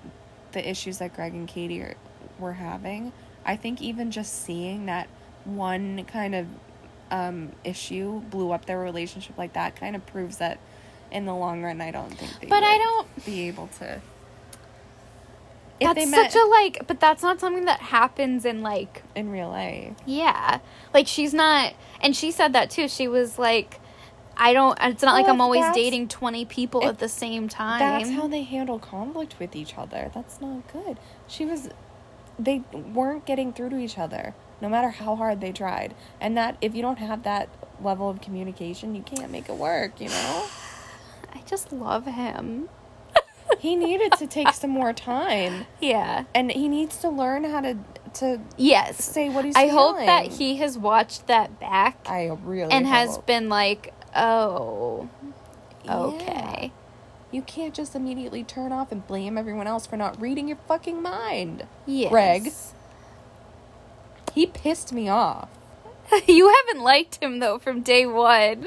Speaker 2: the issues that Greg and Katie are, were having, I think even just seeing that one kind of um, issue blew up their relationship like that kind of proves that in the long run, I don't think. They
Speaker 1: But I
Speaker 2: would
Speaker 1: don't-
Speaker 2: be able to.
Speaker 1: that's such a like, but that's not something that happens in like
Speaker 2: a in real life.
Speaker 1: Yeah. Like she's not and she said that too. She was like I don't it's not like
Speaker 2: Well,
Speaker 1: I'm always
Speaker 2: that's-
Speaker 1: dating 20 people
Speaker 2: if
Speaker 1: at the same time.
Speaker 2: That's how they handle conflict with each other. That's not good. She was they weren't getting through to each other no matter how hard they tried. And that if you don't have that level of communication, you can't make it work, you know?
Speaker 1: I just love him.
Speaker 2: he needed to take some more time
Speaker 1: Yeah.
Speaker 2: and he needs to learn how to to
Speaker 1: Yes.
Speaker 2: say what he's
Speaker 1: I hope that
Speaker 2: feeling.
Speaker 1: he has watched that back
Speaker 2: I really
Speaker 1: and has
Speaker 2: hope.
Speaker 1: been like, oh,
Speaker 2: Yeah.
Speaker 1: okay.
Speaker 2: You can't just immediately turn off and blame everyone else for not reading your fucking mind.
Speaker 1: Yes.
Speaker 2: Greg. He pissed me off.
Speaker 1: you haven't liked him though from day one.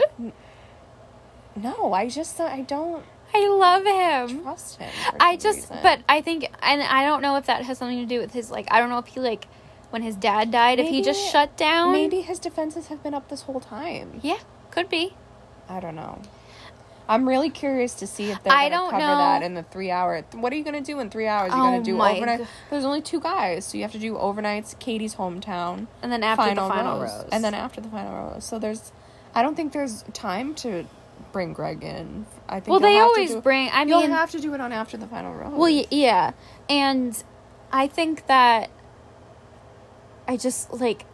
Speaker 2: No, I just I don't
Speaker 1: I love him.
Speaker 2: trust him. for
Speaker 1: I
Speaker 2: some
Speaker 1: just,
Speaker 2: reason.
Speaker 1: but I think, and I don't know if that has something to do with his, like, I don't know if he, like, when his dad died, if he just
Speaker 2: Maybe-
Speaker 1: shut down.
Speaker 2: maybe his defenses have been up this whole time.
Speaker 1: Yeah, could be.
Speaker 2: I don't know. I'm really curious to see if they're
Speaker 1: I
Speaker 2: going to
Speaker 1: don't
Speaker 2: cover
Speaker 1: know.
Speaker 2: that in the three hour. What are you going to do in three hours? You're going
Speaker 1: Oh
Speaker 2: to do
Speaker 1: my
Speaker 2: overnight.
Speaker 1: g-
Speaker 2: There's only two guys, so you have to do overnights, Katie's hometown,
Speaker 1: And then after the final
Speaker 2: rows,
Speaker 1: rose.
Speaker 2: and then after the final rows. So there's, I don't think there's time to bring Greg in. I think
Speaker 1: well,
Speaker 2: you'll
Speaker 1: they
Speaker 2: have to
Speaker 1: always
Speaker 2: do-
Speaker 1: bring, I
Speaker 2: You'll
Speaker 1: mean,
Speaker 2: have to do it on after the final row.
Speaker 1: Well, y- yeah. And I think that I just like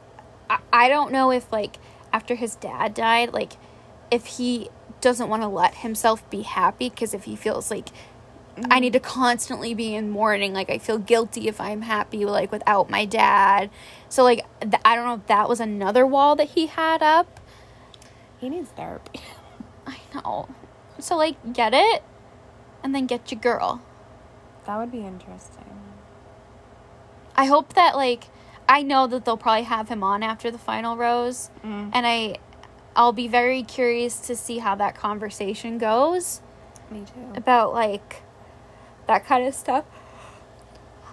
Speaker 1: I, I don't know if like after his dad died, like if he doesn't want to let himself be happy because if he feels like I need to constantly be in mourning, like I feel guilty if I'm happy like without my dad. So like th- I don't know if that was another wall that he had up.
Speaker 2: he needs therapy.
Speaker 1: I know. So like get it and then get your girl.
Speaker 2: That would be interesting.
Speaker 1: I hope that like I know that they'll probably have him on after the final rose
Speaker 2: Mm,
Speaker 1: and I I'll be very curious to see how that conversation goes
Speaker 2: me too.
Speaker 1: about like that kind of stuff.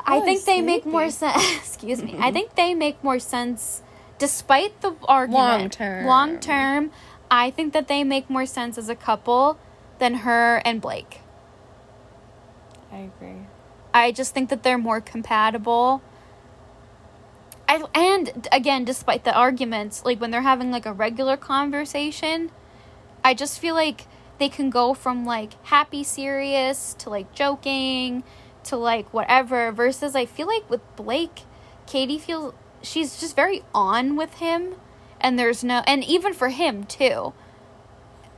Speaker 1: I
Speaker 2: Oh,
Speaker 1: think they make more
Speaker 2: sleepy.
Speaker 1: sense. excuse me. I think they make more sense despite the argument.
Speaker 2: term.
Speaker 1: Long term, I think that they make more sense as a couple than her and Blake.
Speaker 2: I agree.
Speaker 1: I just think that they're more compatible. I, and again, despite the arguments, like when they're having like a regular conversation, I just feel like they can go from like happy, serious to like joking to like whatever. Versus, I feel like with Blake, Katie feels she's just very on with him, and there's no, and even for him too.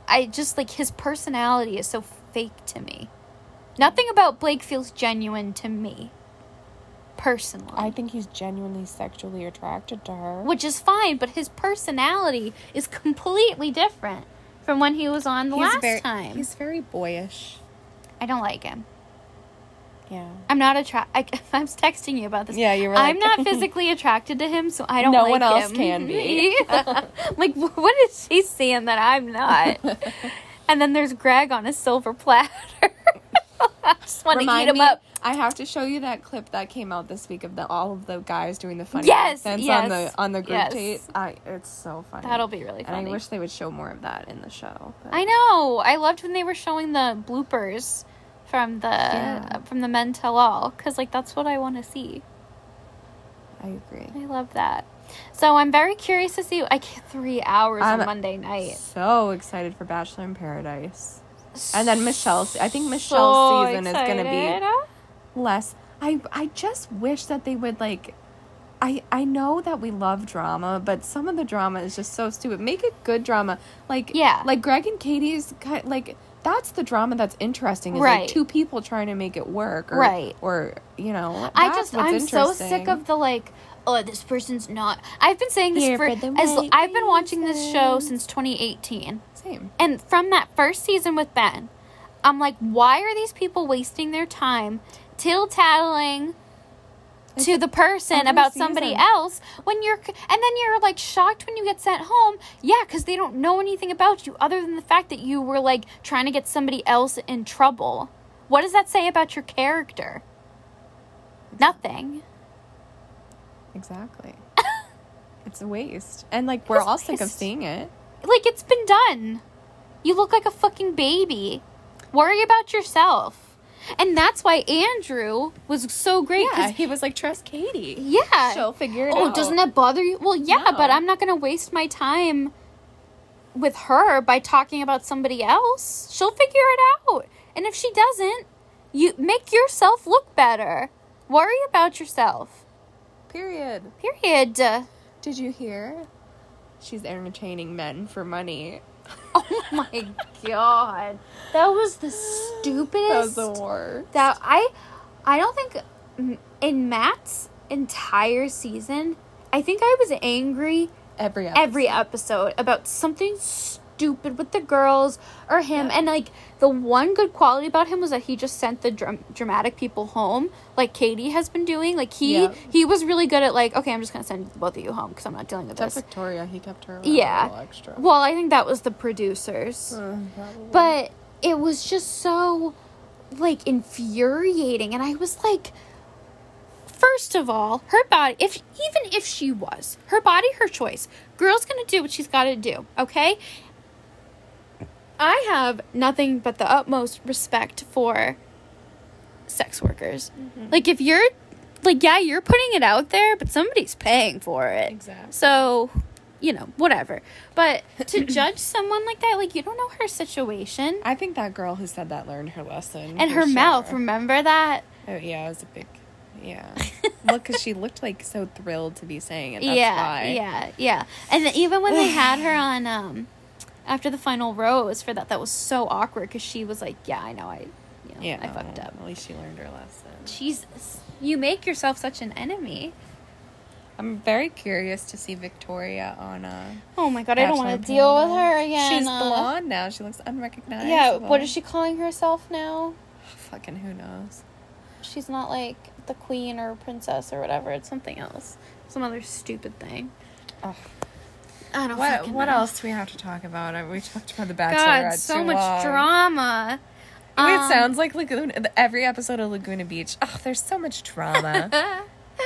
Speaker 1: I just like his personality is so fake to me. Nothing about Blake feels genuine to me, personally.
Speaker 2: I think he's genuinely sexually attracted to her.
Speaker 1: which is fine, but his personality is completely different from when he was on the last
Speaker 2: very,
Speaker 1: time.
Speaker 2: He's very boyish.
Speaker 1: I don't like him.
Speaker 2: Yeah.
Speaker 1: I'm not attracted. I'm texting you about this.
Speaker 2: Yeah, you were
Speaker 1: I'm
Speaker 2: like-
Speaker 1: not physically attracted to him, so I don't.
Speaker 2: No
Speaker 1: like
Speaker 2: one else
Speaker 1: him.
Speaker 2: can be.
Speaker 1: Yeah. like, wh- what is she seeing that I'm not? and then there's Greg on a silver platter. I just want to eat him up.
Speaker 2: I have to show you that clip that came out this week of the all of the guys doing the funny
Speaker 1: Yes,
Speaker 2: accents on
Speaker 1: yes,
Speaker 2: the on the group
Speaker 1: yes.
Speaker 2: date. I it's so funny.
Speaker 1: That'll be really
Speaker 2: and
Speaker 1: funny.
Speaker 2: I wish they would show more of that in the show. but-
Speaker 1: I know. I loved when they were showing the bloopers from the
Speaker 2: Yeah.
Speaker 1: from the Men Tell All because like that's what I want to see.
Speaker 2: I agree.
Speaker 1: I love that. So I'm very curious to see. Like three hours on
Speaker 2: I'm
Speaker 1: Monday night,
Speaker 2: So excited for Bachelor in Paradise. And then Michelle's I think
Speaker 1: So
Speaker 2: Michelle's season is gonna be
Speaker 1: excited.
Speaker 2: less I I just wish that they would like I I know that we love drama, but some of the drama is just so stupid. Make it good drama. Like
Speaker 1: Yeah.
Speaker 2: like Greg and Katie's ki- like that's the drama that's interesting. Is
Speaker 1: Right.
Speaker 2: like two people trying to make it work or
Speaker 1: Right.
Speaker 2: or you know
Speaker 1: I
Speaker 2: that's
Speaker 1: just
Speaker 2: what's
Speaker 1: I'm so
Speaker 2: interesting.
Speaker 1: sick of the like oh this person's not I've been saying this
Speaker 2: Here
Speaker 1: for
Speaker 2: for the
Speaker 1: as
Speaker 2: right
Speaker 1: I've been watching this show
Speaker 2: reasons.
Speaker 1: since 2018
Speaker 2: same.
Speaker 1: and from that first season with Ben I'm like why are these people wasting their time till tattling to the person
Speaker 2: every
Speaker 1: about somebody
Speaker 2: season.
Speaker 1: else when you're c- and then you're like shocked when you get sent home yeah because they don't know anything about you other than the fact that you were like trying to get somebody else in trouble what does that say about your character nothing
Speaker 2: Exactly. it's a waste. And like we're
Speaker 1: It's
Speaker 2: all sick of
Speaker 1: waste.
Speaker 2: seeing it.
Speaker 1: like it's been done you look like a fucking baby worry about yourself and that's why andrew was so great
Speaker 2: Yeah,
Speaker 1: 'cause-
Speaker 2: he was like trust Katie.
Speaker 1: yeah
Speaker 2: She'll figure it
Speaker 1: oh,
Speaker 2: out.
Speaker 1: doesn't that bother you? Well, yeah, but
Speaker 2: No.
Speaker 1: I'm not going to waste my time with her by talking about somebody else. She'll figure it out. And if she doesn't, you make yourself look better. Worry about yourself.
Speaker 2: Period.
Speaker 1: Period. Oh
Speaker 2: Did you hear? She's entertaining men for money.
Speaker 1: Oh my god. That was the stupidest
Speaker 2: That was the worst.
Speaker 1: that I I don't think m- in Matt's entire season, I think I was angry
Speaker 2: Every episode.
Speaker 1: every episode about something stupid with the girls or him and like the one good quality about him was that he just sent the dram- dramatic people home like katie has been doing like he
Speaker 2: Yeah.
Speaker 1: he was really good at like okay i'm just gonna send both of you home because i'm not dealing with
Speaker 2: Except
Speaker 1: this
Speaker 2: Victoria, he kept her around a
Speaker 1: yeah
Speaker 2: little extra. Uh,
Speaker 1: well i think that was the producers but it was just so like infuriating and i was like first of all her body if even if she was her body her choice girl's gonna do what she's gotta do okay i have nothing but the utmost respect for sex workers like if you're like yeah you're putting it out there but somebody's paying for it
Speaker 2: Exactly.
Speaker 1: so you know whatever but to judge someone like that like you don't know her situation
Speaker 2: I think that girl who said that learned her lesson.
Speaker 1: and
Speaker 2: for
Speaker 1: her mouth
Speaker 2: sure.
Speaker 1: remember that
Speaker 2: Oh, yeah, it was a big. Yeah. well, because she looked like so thrilled to be saying it. That's
Speaker 1: yeah
Speaker 2: why.
Speaker 1: yeah yeah and then even when they had her on um after the final rose for that that was so awkward because she was like yeah i know i you know,
Speaker 2: Yeah.
Speaker 1: i fucked up
Speaker 2: At least she learned her lesson.
Speaker 1: jesus you make yourself such an enemy
Speaker 2: I'm very curious to see Victoria on a.
Speaker 1: oh my god i don't
Speaker 2: Bachelor
Speaker 1: want to deal with
Speaker 2: Paradise.
Speaker 1: her again
Speaker 2: She's
Speaker 1: Uh,
Speaker 2: blonde now. She looks unrecognizable.
Speaker 1: yeah what is she calling herself now
Speaker 2: Fucking who knows?
Speaker 1: she's not like the queen or princess or whatever it's something else some other stupid thing
Speaker 2: Oh,
Speaker 1: i don't
Speaker 2: what
Speaker 1: fucking
Speaker 2: what
Speaker 1: know.
Speaker 2: else do we have to talk about? Uh, We talked about the Bachelorette.
Speaker 1: God, so
Speaker 2: too
Speaker 1: much
Speaker 2: long.
Speaker 1: drama.
Speaker 2: I mean, it
Speaker 1: Um,
Speaker 2: sounds like Laguna, every episode of Laguna Beach. Oh, there's so much drama.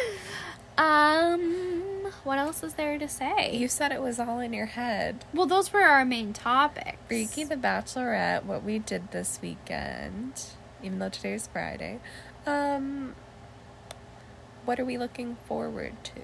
Speaker 1: um, what else is there to say?
Speaker 2: you said it was all in your head.
Speaker 1: well, those were our main topics.
Speaker 2: Freaky the Bachelorette, what we did this weekend, even though today's Friday. Um, what are we looking forward to?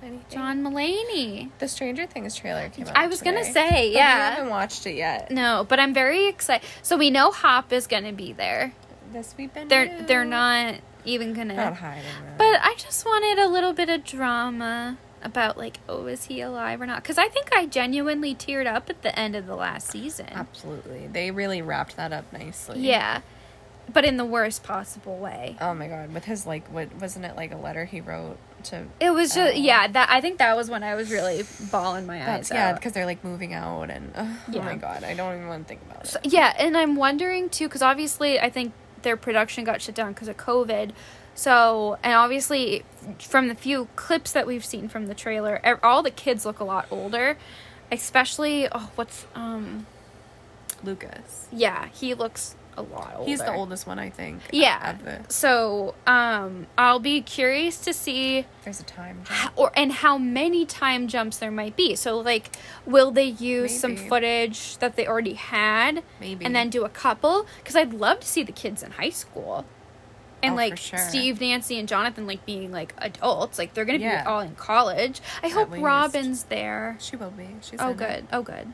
Speaker 2: Anything?
Speaker 1: John Mulaney.
Speaker 2: The Stranger Things trailer came out.
Speaker 1: I was gonna
Speaker 2: today,
Speaker 1: say,
Speaker 2: but
Speaker 1: yeah.
Speaker 2: We haven't watched it yet.
Speaker 1: No, but I'm very excited. So we know Hop is gonna be there.
Speaker 2: This we've been.
Speaker 1: They're
Speaker 2: new.
Speaker 1: they're not even gonna.
Speaker 2: not hiding. it.
Speaker 1: But I just wanted a little bit of drama about like, oh, is he alive or not? Because I think I genuinely teared up at the end of the last season.
Speaker 2: absolutely, they really wrapped that up nicely.
Speaker 1: Yeah, but in the worst possible way.
Speaker 2: Oh my god, with his like, what wasn't it like a letter he wrote to?
Speaker 1: It was just
Speaker 2: Oh.
Speaker 1: yeah. That I think that was when I was really bawling my eyes
Speaker 2: That's yeah,
Speaker 1: out.
Speaker 2: because they're like moving out and oh
Speaker 1: Yeah.
Speaker 2: my god, I don't even want to think about it.
Speaker 1: So- yeah, and I'm wondering too because obviously I think their production got shut down because of COVID. So and obviously from the few clips that we've seen from the trailer, e- all the kids look a lot older. Especially oh, what's um
Speaker 2: Lucas,
Speaker 1: yeah, he looks a lot older.
Speaker 2: he's the oldest one, I think.
Speaker 1: Yeah.
Speaker 2: Of the,
Speaker 1: So um, I'll be curious to see
Speaker 2: there's a time.
Speaker 1: h-
Speaker 2: jump.
Speaker 1: or and how many time jumps there might be. So like, will they use some
Speaker 2: Maybe.
Speaker 1: footage that they already had,
Speaker 2: Maybe.
Speaker 1: and then do a couple? Because I'd love to see the kids in high school, and
Speaker 2: Oh, for
Speaker 1: like
Speaker 2: sure.
Speaker 1: Steve, Nancy, and Jonathan like being like adults. Like they're gonna
Speaker 2: Yeah.
Speaker 1: be all in college. I hope
Speaker 2: least.
Speaker 1: Robin's there.
Speaker 2: She will be. She's
Speaker 1: oh
Speaker 2: in it.
Speaker 1: good, oh good.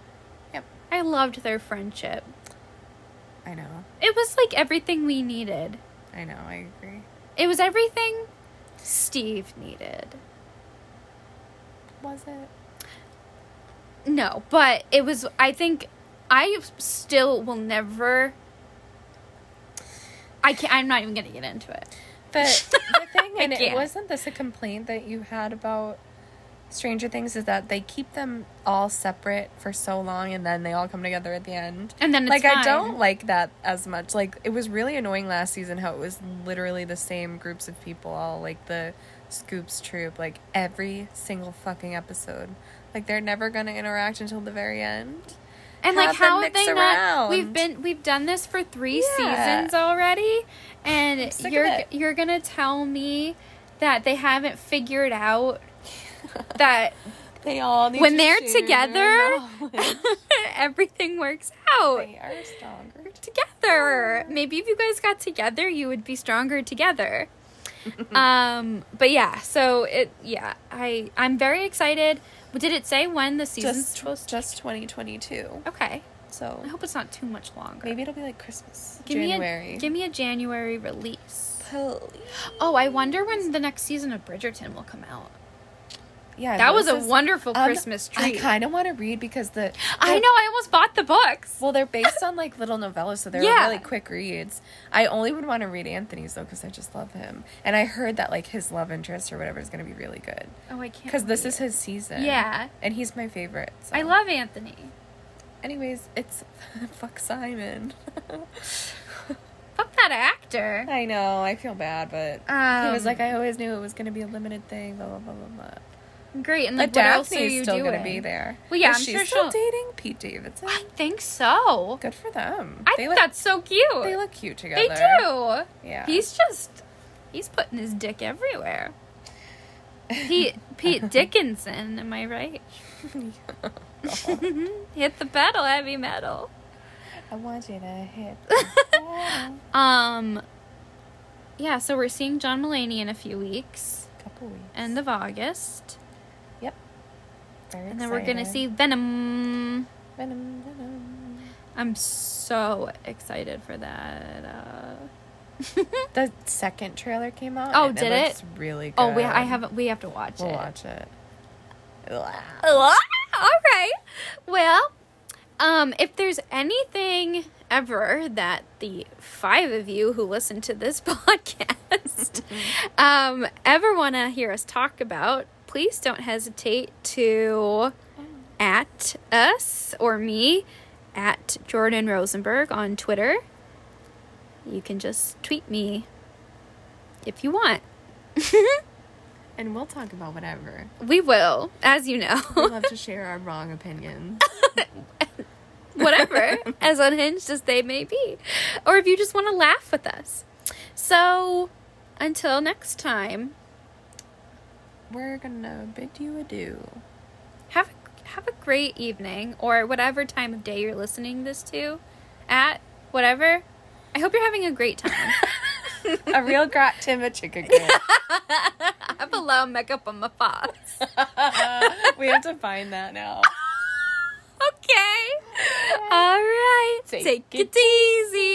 Speaker 2: Yep.
Speaker 1: I loved their friendship.
Speaker 2: I know.
Speaker 1: It was like everything we needed.
Speaker 2: I know. I agree.
Speaker 1: It was everything Steve needed.
Speaker 2: Was it?
Speaker 1: No, but it was. I think I still will never. I can't. I'm not even gonna get into it.
Speaker 2: But the thing,
Speaker 1: I
Speaker 2: and it
Speaker 1: can't.
Speaker 2: wasn't this a complaint that you had about Stranger Things is that they keep them all separate for so long, and then they all come together at the end.
Speaker 1: And then it's
Speaker 2: like I
Speaker 1: fine.
Speaker 2: don't like that as much. Like it was really annoying last season how it was literally the same groups of people all like the Scoops troop, like every single fucking episode. Like they're never gonna interact until the very end.
Speaker 1: And like,
Speaker 2: Have them
Speaker 1: how have
Speaker 2: mix
Speaker 1: they not?
Speaker 2: around.
Speaker 1: We've been we've done this for three
Speaker 2: Yeah.
Speaker 1: seasons already, and
Speaker 2: sick of
Speaker 1: you're
Speaker 2: it.
Speaker 1: you're gonna tell me that they haven't figured out that
Speaker 2: They all need
Speaker 1: when
Speaker 2: to
Speaker 1: they're
Speaker 2: share
Speaker 1: together,
Speaker 2: knowledge.
Speaker 1: everything works out.
Speaker 2: they are stronger.
Speaker 1: together. Maybe if you guys got together, you would be stronger together. um, but yeah, so it yeah, I I'm very excited. Did it say when the season's
Speaker 2: Just
Speaker 1: supposed to?
Speaker 2: just twenty twenty two.
Speaker 1: Okay,
Speaker 2: So
Speaker 1: I hope it's not too much longer.
Speaker 2: Maybe it'll be like Christmas.
Speaker 1: give
Speaker 2: January.
Speaker 1: me a give me a January release.
Speaker 2: Holy.
Speaker 1: Oh, I wonder when the next season of Bridgerton will come out.
Speaker 2: yeah,
Speaker 1: That was a
Speaker 2: Melissa's-
Speaker 1: wonderful
Speaker 2: Um,
Speaker 1: Christmas treat.
Speaker 2: I kind of want to read because the
Speaker 1: I know. I almost bought the books.
Speaker 2: Well, they're based on like little novellas, so they're
Speaker 1: Yeah.
Speaker 2: really quick reads. I only would want to read Anthony's though because I just love him, and I heard that like his love interest or whatever is going to be really good
Speaker 1: Oh, I can't.
Speaker 2: because this
Speaker 1: wait.
Speaker 2: is his season.
Speaker 1: Yeah.
Speaker 2: and he's my favorite. so.
Speaker 1: I love Anthony.
Speaker 2: Anyways, it's fuck Simon.
Speaker 1: Fuck that actor.
Speaker 2: I know. I feel bad, but
Speaker 1: Um,
Speaker 2: he was like, I always knew it was going to be a limited thing. Blah blah blah blah blah.
Speaker 1: Great. And
Speaker 2: But
Speaker 1: like, what else are
Speaker 2: Daphne's
Speaker 1: you
Speaker 2: still
Speaker 1: doing?
Speaker 2: going to be there.
Speaker 1: Well, yeah,
Speaker 2: Is
Speaker 1: I'm
Speaker 2: she
Speaker 1: sure
Speaker 2: still
Speaker 1: she'll-
Speaker 2: dating Pete Davidson.
Speaker 1: I think so.
Speaker 2: Good for them.
Speaker 1: I
Speaker 2: they
Speaker 1: think
Speaker 2: look,
Speaker 1: that's so cute.
Speaker 2: they look cute together.
Speaker 1: They do.
Speaker 2: Yeah.
Speaker 1: He's just he's putting his dick everywhere. Pete Pete Dickinson, am I right? Hit the pedal, heavy metal.
Speaker 2: I want you to hit. Oh,
Speaker 1: Um Yeah, so we're seeing John Mulaney in a few weeks.
Speaker 2: couple weeks.
Speaker 1: End of August.
Speaker 2: Very
Speaker 1: And then we're gonna
Speaker 2: excited.
Speaker 1: see Venom.
Speaker 2: Venom, Venom.
Speaker 1: I'm so excited for that. Uh...
Speaker 2: The second trailer came out.
Speaker 1: Oh,
Speaker 2: and
Speaker 1: did
Speaker 2: it?
Speaker 1: it?
Speaker 2: Looks really good.
Speaker 1: oh, we I haven't we have to watch
Speaker 2: We'll
Speaker 1: it.
Speaker 2: watch it. Blah.
Speaker 1: All right. Well, um, if there's anything ever that the five of you who listen to this podcast
Speaker 2: Mm-hmm.
Speaker 1: um, ever want to hear us talk about, please don't hesitate to at us or me at Jordan Rosenberg on Twitter. You can just tweet me if you want.
Speaker 2: And we'll talk about whatever.
Speaker 1: We will, as you know.
Speaker 2: We love to share our wrong opinions.
Speaker 1: whatever, as unhinged as they may be, or if you just want to laugh with us. So, until next time,
Speaker 2: We're gonna bid you adieu.
Speaker 1: have a, have a great evening or whatever time of day you're listening this to, at whatever. I hope you're having a great time.
Speaker 2: A real grat timber chicken. girl.
Speaker 1: have a low makeup on my face.
Speaker 2: Uh, we have to find that now.
Speaker 1: Okay. All right.
Speaker 2: Take
Speaker 1: Take, it easy.